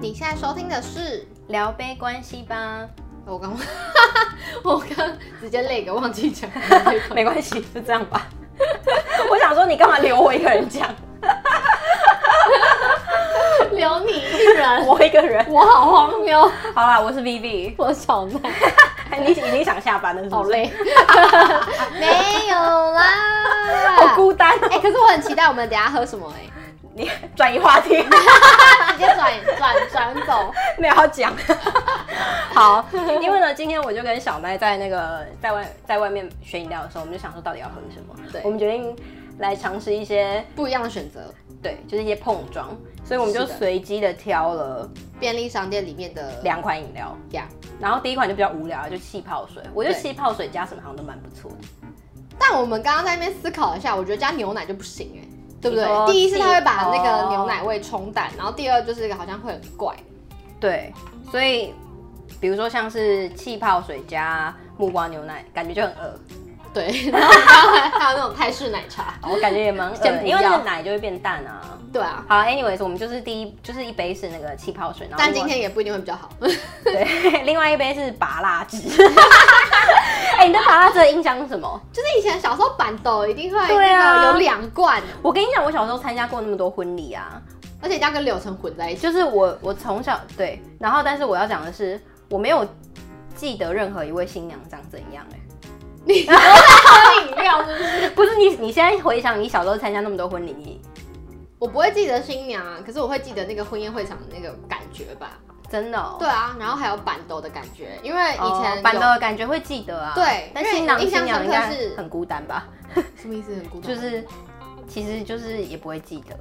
你现在收听的是，聊杯关系吧， 我刚， 我刚直接累个忘记讲， 没关系，就这样吧。 我想说，你干嘛留我一个人讲？留你一人，我一个人。 我好荒谬，好啦，我是 Vivi，我小奈，你已经想下班了是不是，好，累，没有 啦，好孤单。哎、可是我很期待我们等一下喝什么哎、你转移话题， 直接转转转走，没有要讲。 好，因为呢，今天我就跟小奈在那个在外在外面选饮料的时候，我们就想说到底要喝什么。对我们决定来尝试一些不一样的选择，对，就是一些碰撞，所以我们就是的随机的挑了便利商店里面的两款饮料。样，然后第一款就比较无聊，就气泡水。我觉得对气泡水加什么好像都蛮不错的。但我们刚刚在那边思考一下，我觉得加牛奶就不行哎、对不你说对？第一是它会把那哦个牛奶味冲淡，然后第二就是好像会很怪，对，所以比如说像是气泡水加木瓜牛奶，感觉就很饿， 对，然后还有还有那种泰式奶茶，哦我感觉也 蛮饿先的，不因为那要个奶就会变淡啊。对啊，好，anyways，我们就是第一就是一杯是那个气泡水，然后但另今外天也不一定会比较好。 对，另外一杯是拔蜡汁。 哎、你对拔蜡汁的印象是什么？就是以前小时候板豆一定会对那啊个有两罐，我跟你讲，我小时候参加过那么多婚礼啊，而且一定要跟柳橙混在一起。 就是我我从小对，然后但是我要讲的是，我没有记得任何一位新娘长怎样、哎。你喝饮料是不是？ 不是你，你现在回想你小时候参加那么多婚礼，你 我不会记得新娘啊，可是我会记得那个婚宴会场的那个感觉吧。真的、哦，对啊，然后还有板豆的感觉，因为以哦前有板凳的感觉会记得啊。对但因为新郎印象新娘深应刻该是嗯很孤单吧？什么意思？很孤单，就是，其实就是也不会记得。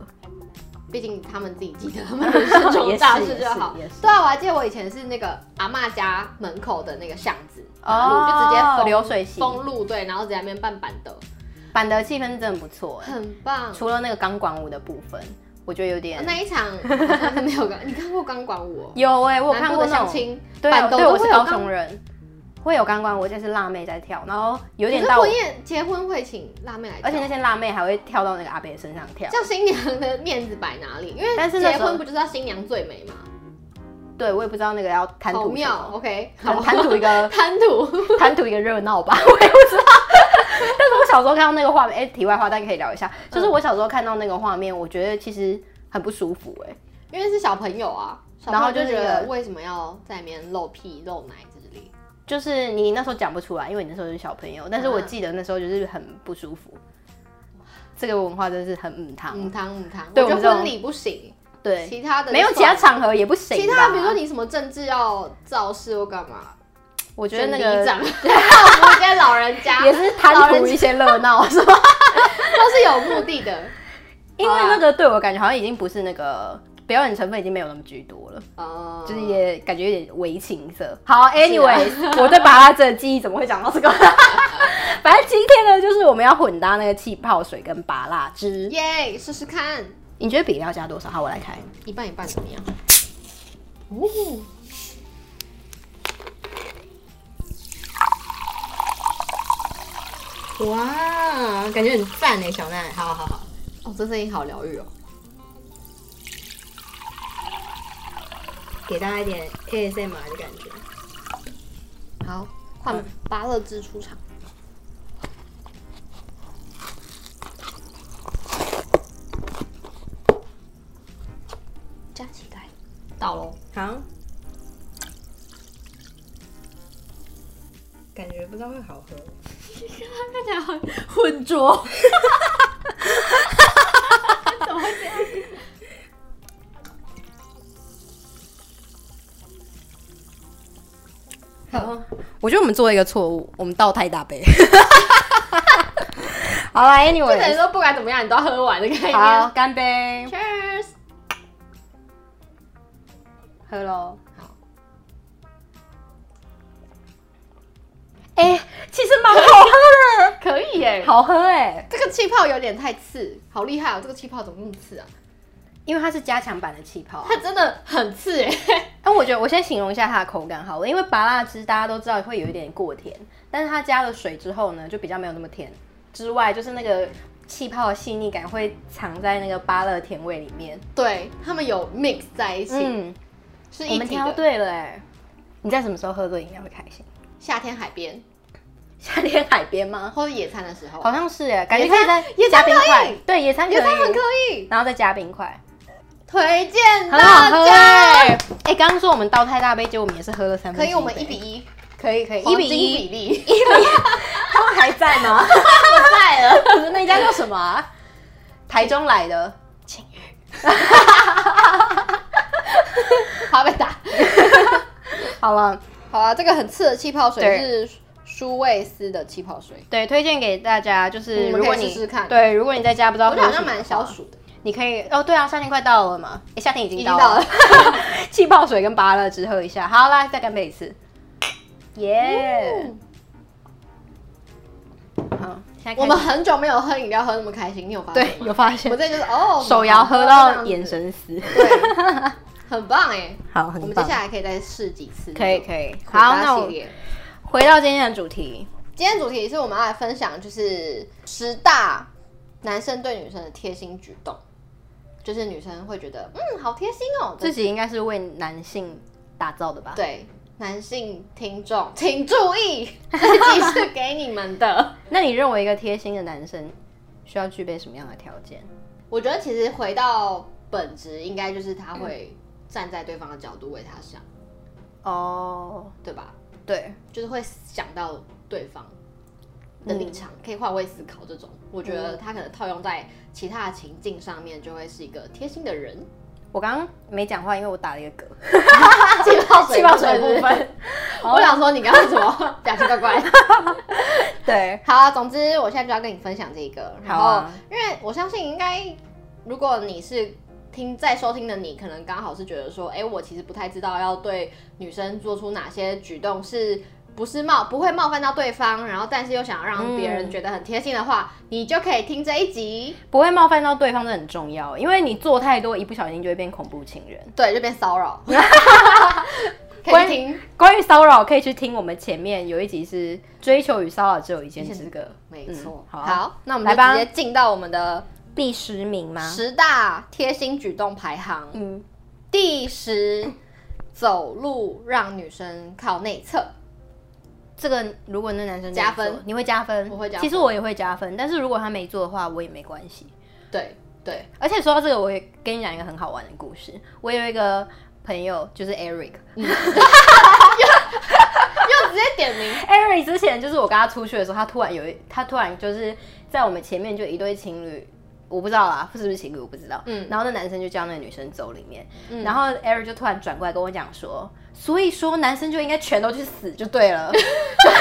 毕竟他们自己记得他 们人生也中是大事就好也是也是。对啊，我还记得我以前是那个阿嬷家门口的那个巷子，马路哦就直接封流水席封路，对，然后直接在那边办板豆，板的气氛真的不错哎，很棒。除了那个钢管舞的部分，我觉得有点。那一场好像没有钢，你看过钢管舞、哦？有哎、我有看南部的过那相种。亲，对板啊，凳对，都我是会有高钢雄人，会有钢管舞，而且是辣妹在跳，然后有可点是到婚，宴结婚会请辣妹来跳，而且那些辣妹还会跳到那个阿伯身上跳。叫新娘的面子摆哪里？因为但是那结时候婚不就是要新娘最美吗？对，我也不知道那个要谈好吐什妙哦么， ，OK，好谈 谈吐一个贪图，贪图一个热闹吧，我 也不知道。但是我小时候看到那个画面，哎、题外话，大家可以聊一下。就是嗯我小时候看到那个画面，我觉得其实很不舒服、哎，因为是小朋友啊，小然朋后友就就觉觉得得为什么要在里面露屁露奶之类的。就是你那时候讲不出来，因为你那时候是小朋友，但是嗯我记得那时候就是很不舒服。这个文化真是很嗯汤，母汤母汤，对我觉我们得这婚种礼不行，对，其他的没有就其他算了场合也不行吧。其他的，比如说你什么政治要造势或干嘛，我觉得那选里个长， 我们这些老人家 也 是老贪人图一些热闹，是吧？都是有目的的。 因为那个对我感觉好啊像已经不是那个表演成分已经没有那么居多了。哦，就是也感觉有点微情色。好，anyways，、我 对巴拉这的记忆怎么会讲到这个？ 反正今天呢，就是我们要混搭那个气泡水跟巴拉汁。耶，试试看，你觉得比料加多少？好，我来开。一半一半怎么样？哦，哇，感觉很赞欸哎，小奈，好好好，哦，这声音好疗愈哦。给大家一点 ASMR 的感觉。好，换芭乐汁出场。加起来，到喽。 好，感觉不知道会好喝。看起来很浑浊。 怎么会这样？好，我觉得我们做了一个错误，我们倒太大杯。 好啦 a n y 就 w a 等于 y 说不管怎么样，你都要喝完的概念。好，干杯， ，Cheers。喝喽。好，哎、其实蛮好喝 的，可以耶。，好喝哎、这个气泡有点太刺，好厉害哦！这个气泡怎么那么刺啊？因为它是加强版的气泡、啊。它真的很刺耶。但我觉得我先形容一下它的口感好了，因为拔辣汁大家都知道会有一点过甜，但是它加了水之后呢，就比较没有那么甜。之外，就是那个气泡的细腻感会藏在那个芭乐甜味里面。对他们有 mix 在一起，嗯，是我一们体挑的。对了哎、你在什么时候喝醉应该会开 心？夏天海边夏天海边吗？或者野餐的时候，好像是哎、感觉野可餐以在野加餐冰可以块，对，野餐可以，野餐很可以，然后再加冰块，推荐很好大喝家。哎、哎，刚刚说我们倒太大杯，结果我们也是喝了三分欸可之以，我们一比杯一，可以可以一黄比金一 比，例他们还在 吗？不在 了。那一家叫什么、啊？台中来的，请好被打。好了，好啊，这个很次的气泡水对是舒味斯的气泡水，对，推荐给大家，就是嗯如果可以你试试看对，如果你在家不知道我喝觉什得好么的话，像蛮消暑的，你可以哦，对啊，夏天快到了嘛，诶夏天已经已经到到了了，。 气泡水跟芭乐汁喝一下。好啦，再干杯一次，耶、嗯好，现在开始我们很久没有喝饮料喝那么开心，你有发现对吗？有发我现们，这就是哦， 手摇喝这到样子眼，神死。对，很棒哎。好，我 很们接棒。下来可以再试几次，可以可以。苦好，瓜那系我列回到今天的主题，今天主题是我们要来分享，就是十大男生对女生的贴心举动，就是女生会觉得嗯好贴心哦。自己应该是为男性打造的吧？对男性听众请注意， 这集是给你们的。那你认为一个贴心的男生需要具备什么样的条件？我觉得其实回到本质，应该就是他嗯会站在对方的角度为他想，哦，对吧？对，就是会想到对方的立场，可以换位思考这种。我觉得他可能套用在其他的情境上面，就会是一个贴心的 人。我刚刚没讲话，因为我打了一个嗝。气泡水气泡水部部分分，我想说你刚刚怎么 表情怪怪的？ 对，好、啊，总之我现在就要跟你分享这个，然后、好啊因为我相信应该，如果你是听在收听的你，可能刚好是觉得说，哎、我其实不太知道要对女生做出哪些举动是。不是冒不会冒犯到对方，然后但是又想让别人嗯觉得很贴心的话，你就可以听这一集，不会冒犯到对方，这很重要，因为你做太多，一不小心就会变恐怖情人。对，就变骚扰，可以关听关于骚扰，可以去听我们前面有一集是追求与骚扰只有一线之这隔个， 没错、嗯好好，那我们来就吧直接进到我们的第十名吗？十大贴心举动排行，嗯，第十，走路让女生靠内侧。这个如果那男生这加样做分你会加分，我会加分其实我也会加分，但是如果他没做的话，我也没关系。对对，而且说到这个，我也跟你讲一个很好玩的故事。我有一个朋友，就是 Eric，又直接点名。 Eric 之前就是我跟他出去的时候，他突然有一，他突然就是在我们前面就一对情侣，我不知道啦，是不是情侣我不知道。嗯嗯，然后那男生就叫那个女生走里面， 嗯然后 Eric 就突然转过来跟我讲说，所以说男生就应该全都去死就对 了，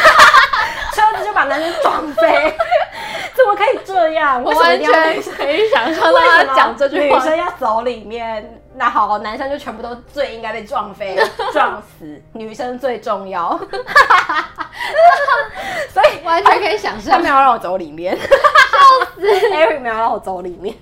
车子就把男生撞飞， 怎么可以这样？为什么一定要可以想象为什么讲这句女话。生要走里面，那好，男生就全部都最应该被撞飞、 撞死，女生最重 要。所以 完全可以想他 象没，有让我走里面，笑死！Eric 啊没有让我走里面，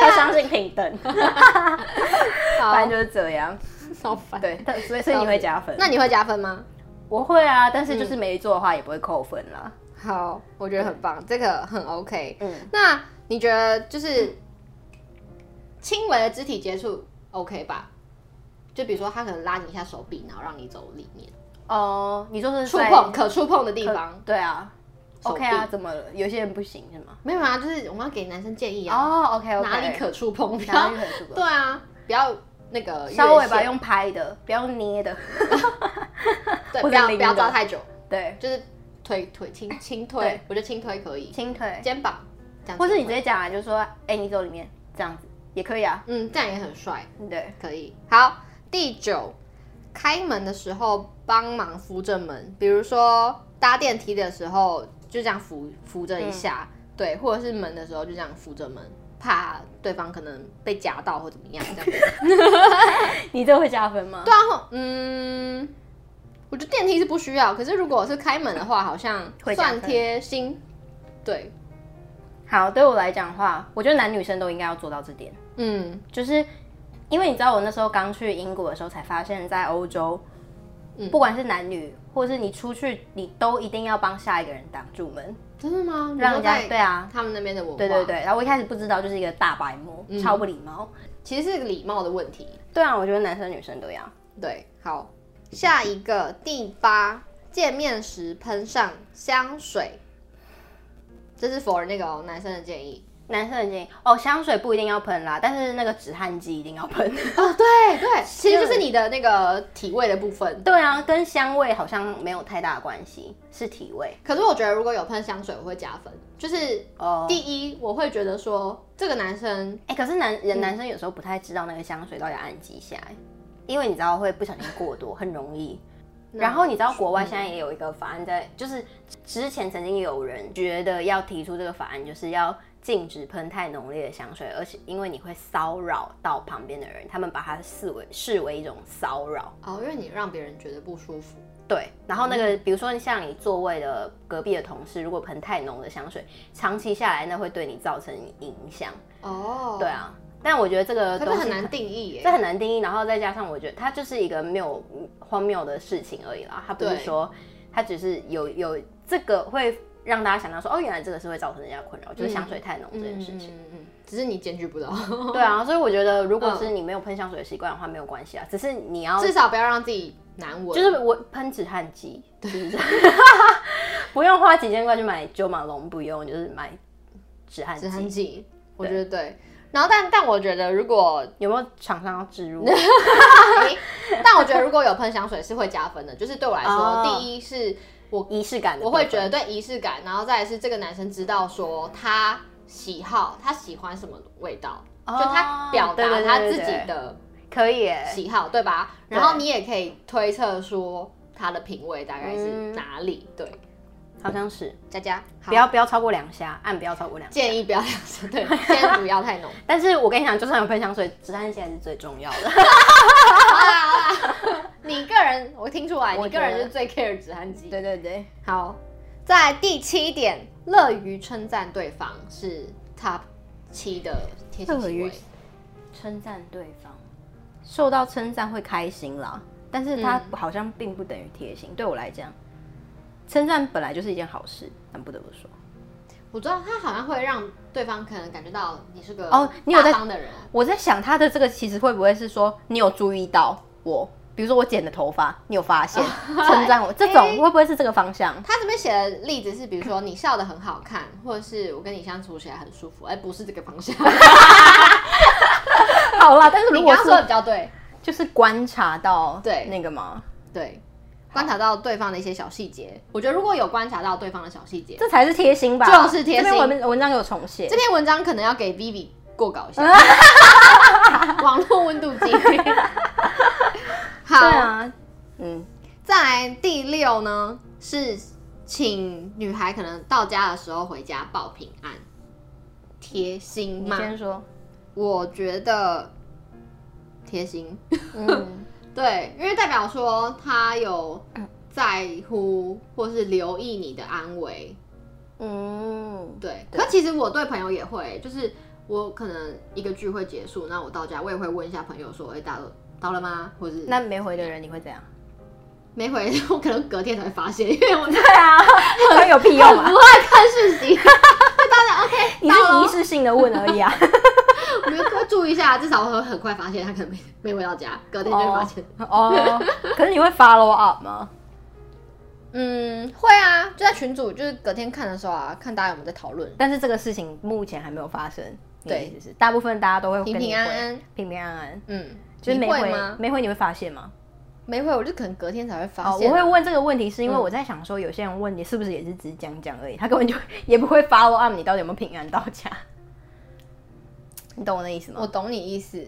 他相信平 等，反正好，就是这样。超烦。对，但所以所以你会加分？那你会加分吗？我会啊，但是就是没做的话也不会扣分啦。好，我觉得很棒，嗯这个很 OK。嗯，那你觉得就是轻微的肢体接触 OK 吧？就比如说他可能拉你一下手臂，然后让你走里面，哦，你说是触在碰可触碰的地方。对啊手，OK 啊，臂怎么了？有些人不行是吗？没有啊，就是我们要给男生建议啊，哦，OK OK，哪里可触碰，不哪要里可触碰对啊，不要那个稍微越吧，线用拍的，不要捏的。 对，或不者要拎不的要抓太久，对，就是腿腿轻轻推对，我觉得轻推可以，轻腿，肩膀这样轻推，或是你直接讲啊，就说，哎，你走里面，这样子也可以啊。嗯，这样也很帅，对，可以。好，第九，开门的时候帮忙扶着门，比如说搭电梯的时候就这样扶扶着一下，对，或者是门的时候就这样扶着门。怕对方可能被夹到或怎么样，这样你这会加分吗？对啊，嗯，我觉得电梯是不需要，可是如果是开门的话，好像会加算分贴心。对，好，对我来讲的话，我觉得男女生都应该要做到这点，嗯就是因为你知道，我那时候刚去英国的时候，才发现，在欧洲，嗯不管是男女，或是你出去，你都一定要帮下一个人挡住门，，真的吗？让你人说家在对啊，他们那边的文化，对对，对。然后我一开始不知道，就是一个大白目，超不礼貌。其实是礼貌的问题。对啊，我觉得男生女生都要。对，好，下一个第八，见面时喷上香水，这是 for 那个、哦、男生的建议。男生的建议哦，香水不一定要喷啦，但是那个止汗剂一定要喷。 哦，对对，其实就是你的那个体味的部分。对啊，跟香味好像没有太大的关系，是体味。可是我觉得如果有喷香水，我会加分。就是哦第一，我会觉得说这个男生哎、可是男人男生有时候不太知道那个香水到底要按几下、欸因为你知道会不小心过多，很容易。然后你知道国外现在也有一个法案在，就是之前曾经有人觉得要提出这个法案，就是要禁止喷太浓烈的香水，而且因为你会骚扰到旁边的人，他们把它视为视为一种骚扰。哦，因为你让别人觉得不舒服，对，然后那个，比如说像你座位的隔壁的同事，如果喷太浓的香水，长期下来那会对你造成影响。哦，对，啊，但我觉得这个可东是西很难定义耶。这很难定义，然后再加上我觉得它就是一个没有荒谬的事情而已啦，它不是对说它只是有有这个会让大家想到说哦，原来这个是会造成人家困扰，就是香水太浓这件事情。嗯嗯嗯，只是你检举不 到，对啊，所以我觉得如果是你没有喷香水的习惯的话，没有关系啊，只是你要至少不要让自己难闻。就是我喷止汗剂，就是这样 不用花几千块去买九马龙，不用就是买止汗止剂汗。剂，我觉得对。然后但但我觉得如果 有没有厂商要 植入？诶但我觉得如果有喷香水是会加分的，就是对我来说，哦第一是我仪式感的部我分，会觉得对仪式感，然后再来是这个男生知道说他喜好，他喜欢什么味道，哦就他表对对达对他哦对自己对的可以耶，喜好，对吧？然后你也可以推测说他的品味大概是嗯哪里。对，好像是，佳佳，好不要不要超过两下，按不要超过两下。建议不要两次，对， 先不要太浓。但是我跟你讲，就算有喷香水，止汗剂还是最重要 的。好啦好啦，你个人我听出来，我你个觉得人是最 care 止汗剂。对对，好，在第七点，乐于称赞对方是 top 七的贴心乐行于为。称赞对方，受到称赞会开心啦，但是它嗯好像并不等于贴心。对我来讲，称赞本来就是一件好事，但不得不说，我知道他好像会让对方可能感觉到你是个哦你有在大方的人，我在想他的这个其实会不会是说你有注意到我，比如说我剪的头发，你有发 现称赞我，这种哎会不会是这个方向？ 他这边写的例子是，比如说你笑得很好看，或者是我跟你相处起来很舒服，哎、不是这个方向。好啦，但是 如你果刚刚是说的比较对，就是观察到对那个嘛，对，观察到对方的一些小细节，我觉得如果有观察到对方的小细节，这才是贴心吧？就是贴心这篇文文章给我重写这，篇文章可能要给 Vivi 过稿一 下，网络温度计。好，对啊，嗯，再来第六呢是请女孩可能到家的时候回家报平安，贴心你嘛？先说，我觉得贴 心，嗯，对，因为代表说他有在乎或是留意你的安危，嗯，对，可其实我对朋友也会，就是我可能一个聚会结束，那我到家我也会问一下朋友说，哎、到到了吗？或是那没回的人你会 怎样？没回，我可能隔天才会发现，因 为我对 啊，那有屁用我啊不？爱看讯息，你啊是仪式性的问而已啊。 我们多注意一下，至少我会很快发现他可能没没回到家，隔天就会发现。哦，可是你会 follow up 吗？嗯，会啊，就在群组，就是隔天看的时候啊，看大家有没有在讨论，但是这个事情目前还没有发生。你的对意思是大部分大家都会跟你平平安安回，平平安安。嗯，就是你没会回吗？没回你会发现吗？没回，我就可能隔天才会发哦，现我啊、会问这个问题，是因为我在想说，有些人问你是不是也是只是讲讲而已，他根本就也不会 follow up 你到底有没有平安到 家。你懂我的意思吗？我懂你意思，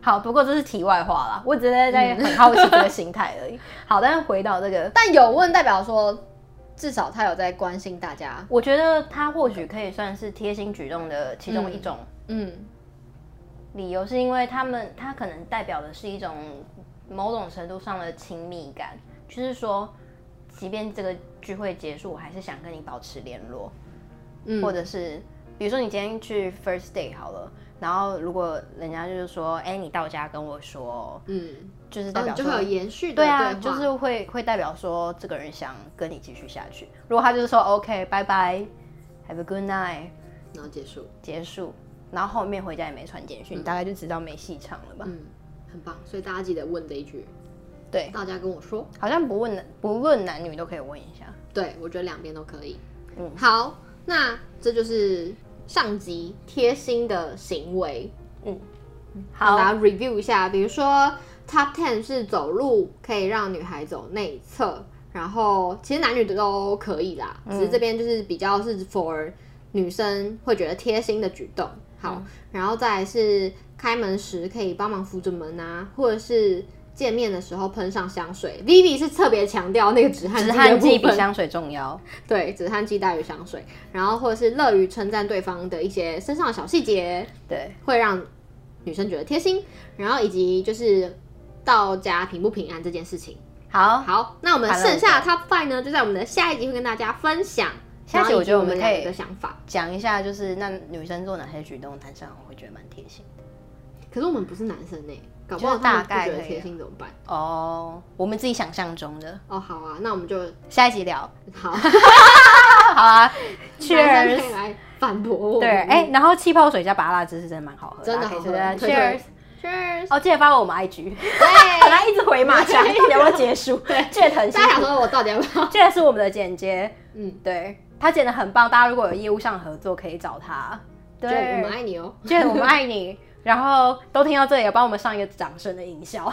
好，不过这是题外话啦，我只是在很好奇这个心态而嗯 已。好，但是回到这个，但有问代表说，至少他有在关心大家，我觉得他或许可以算是贴心举动的其中一种嗯。理由，是因为他们他可能代表的是一种某种程度上的亲密感，就是说，即便这个聚会结束，我还是想跟你保持联络，嗯或者是比如说你今天去 first day 好了，然后如果人家就是说，哎、你到家跟我说哦，嗯，就是代哦，表你就说、会有延续的对啊，话就是会会代表说这个人想跟你继续下去。如果他就是说 OK，拜拜，Have a good night，然后结束，结束，然后后面嗯回家也没传简讯，你大概就知道没戏唱了吧？嗯，很棒。所以大家记得问这一句，对，大家跟我说。好像不问男不论男女都可以问 一下。对，我觉得两边都可以。嗯好，那这就是上集贴心的行为，嗯好，大家 review 一下，比如说 Top Ten 是走路可以让女孩走内侧，然后其实男女都可以啦，嗯只是这边就是比较是 for 女生会觉得贴心的举动。好，嗯然后再来是开门时可以帮忙扶着门啊，或者是见面的时候喷上香水。Vivi 是特别强调那个止汗止的汗剂部比分香水重要。对，止汗剂大于香水，然后或者是乐于称赞对方的一些身上的小细节，对，会让女生觉得贴心，然后以及就是到家平不平安这件事情。好，好，那我们谈了剩下的 top five 呢，就在我们的下一集会跟大家分享。下一集我觉得然后以及我我们两可以个的想法，讲一下就是那女生做哪些举动，男生会觉得蛮贴心的。可是我们不是男生呢、搞不就是好他们大概不觉得可以贴啊心怎么办？哦，我们自己想象中的。哦，好啊，那我们就 下一集聊。好， 好啊男生可，Cheers 以。来反驳我。对，哎、然后气泡水加拔辣汁是真的蛮好喝的，真的大家可好喝以试试看推，Cheers 推。，Cheers！哦，记得发我们 IG，本 对，来一直回马枪，到底要不要结束？ 对，这很辛大家想苦。说我到底要不要？这是我们的剪接，嗯，对他剪的很棒，大家如果有业务上合作可以找他。对，就我们爱你哦。 Jane，我们爱你。然后都听到这里，也帮我们上一个掌声的营 销。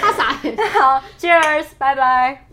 他傻眼。好，Cheers，拜拜。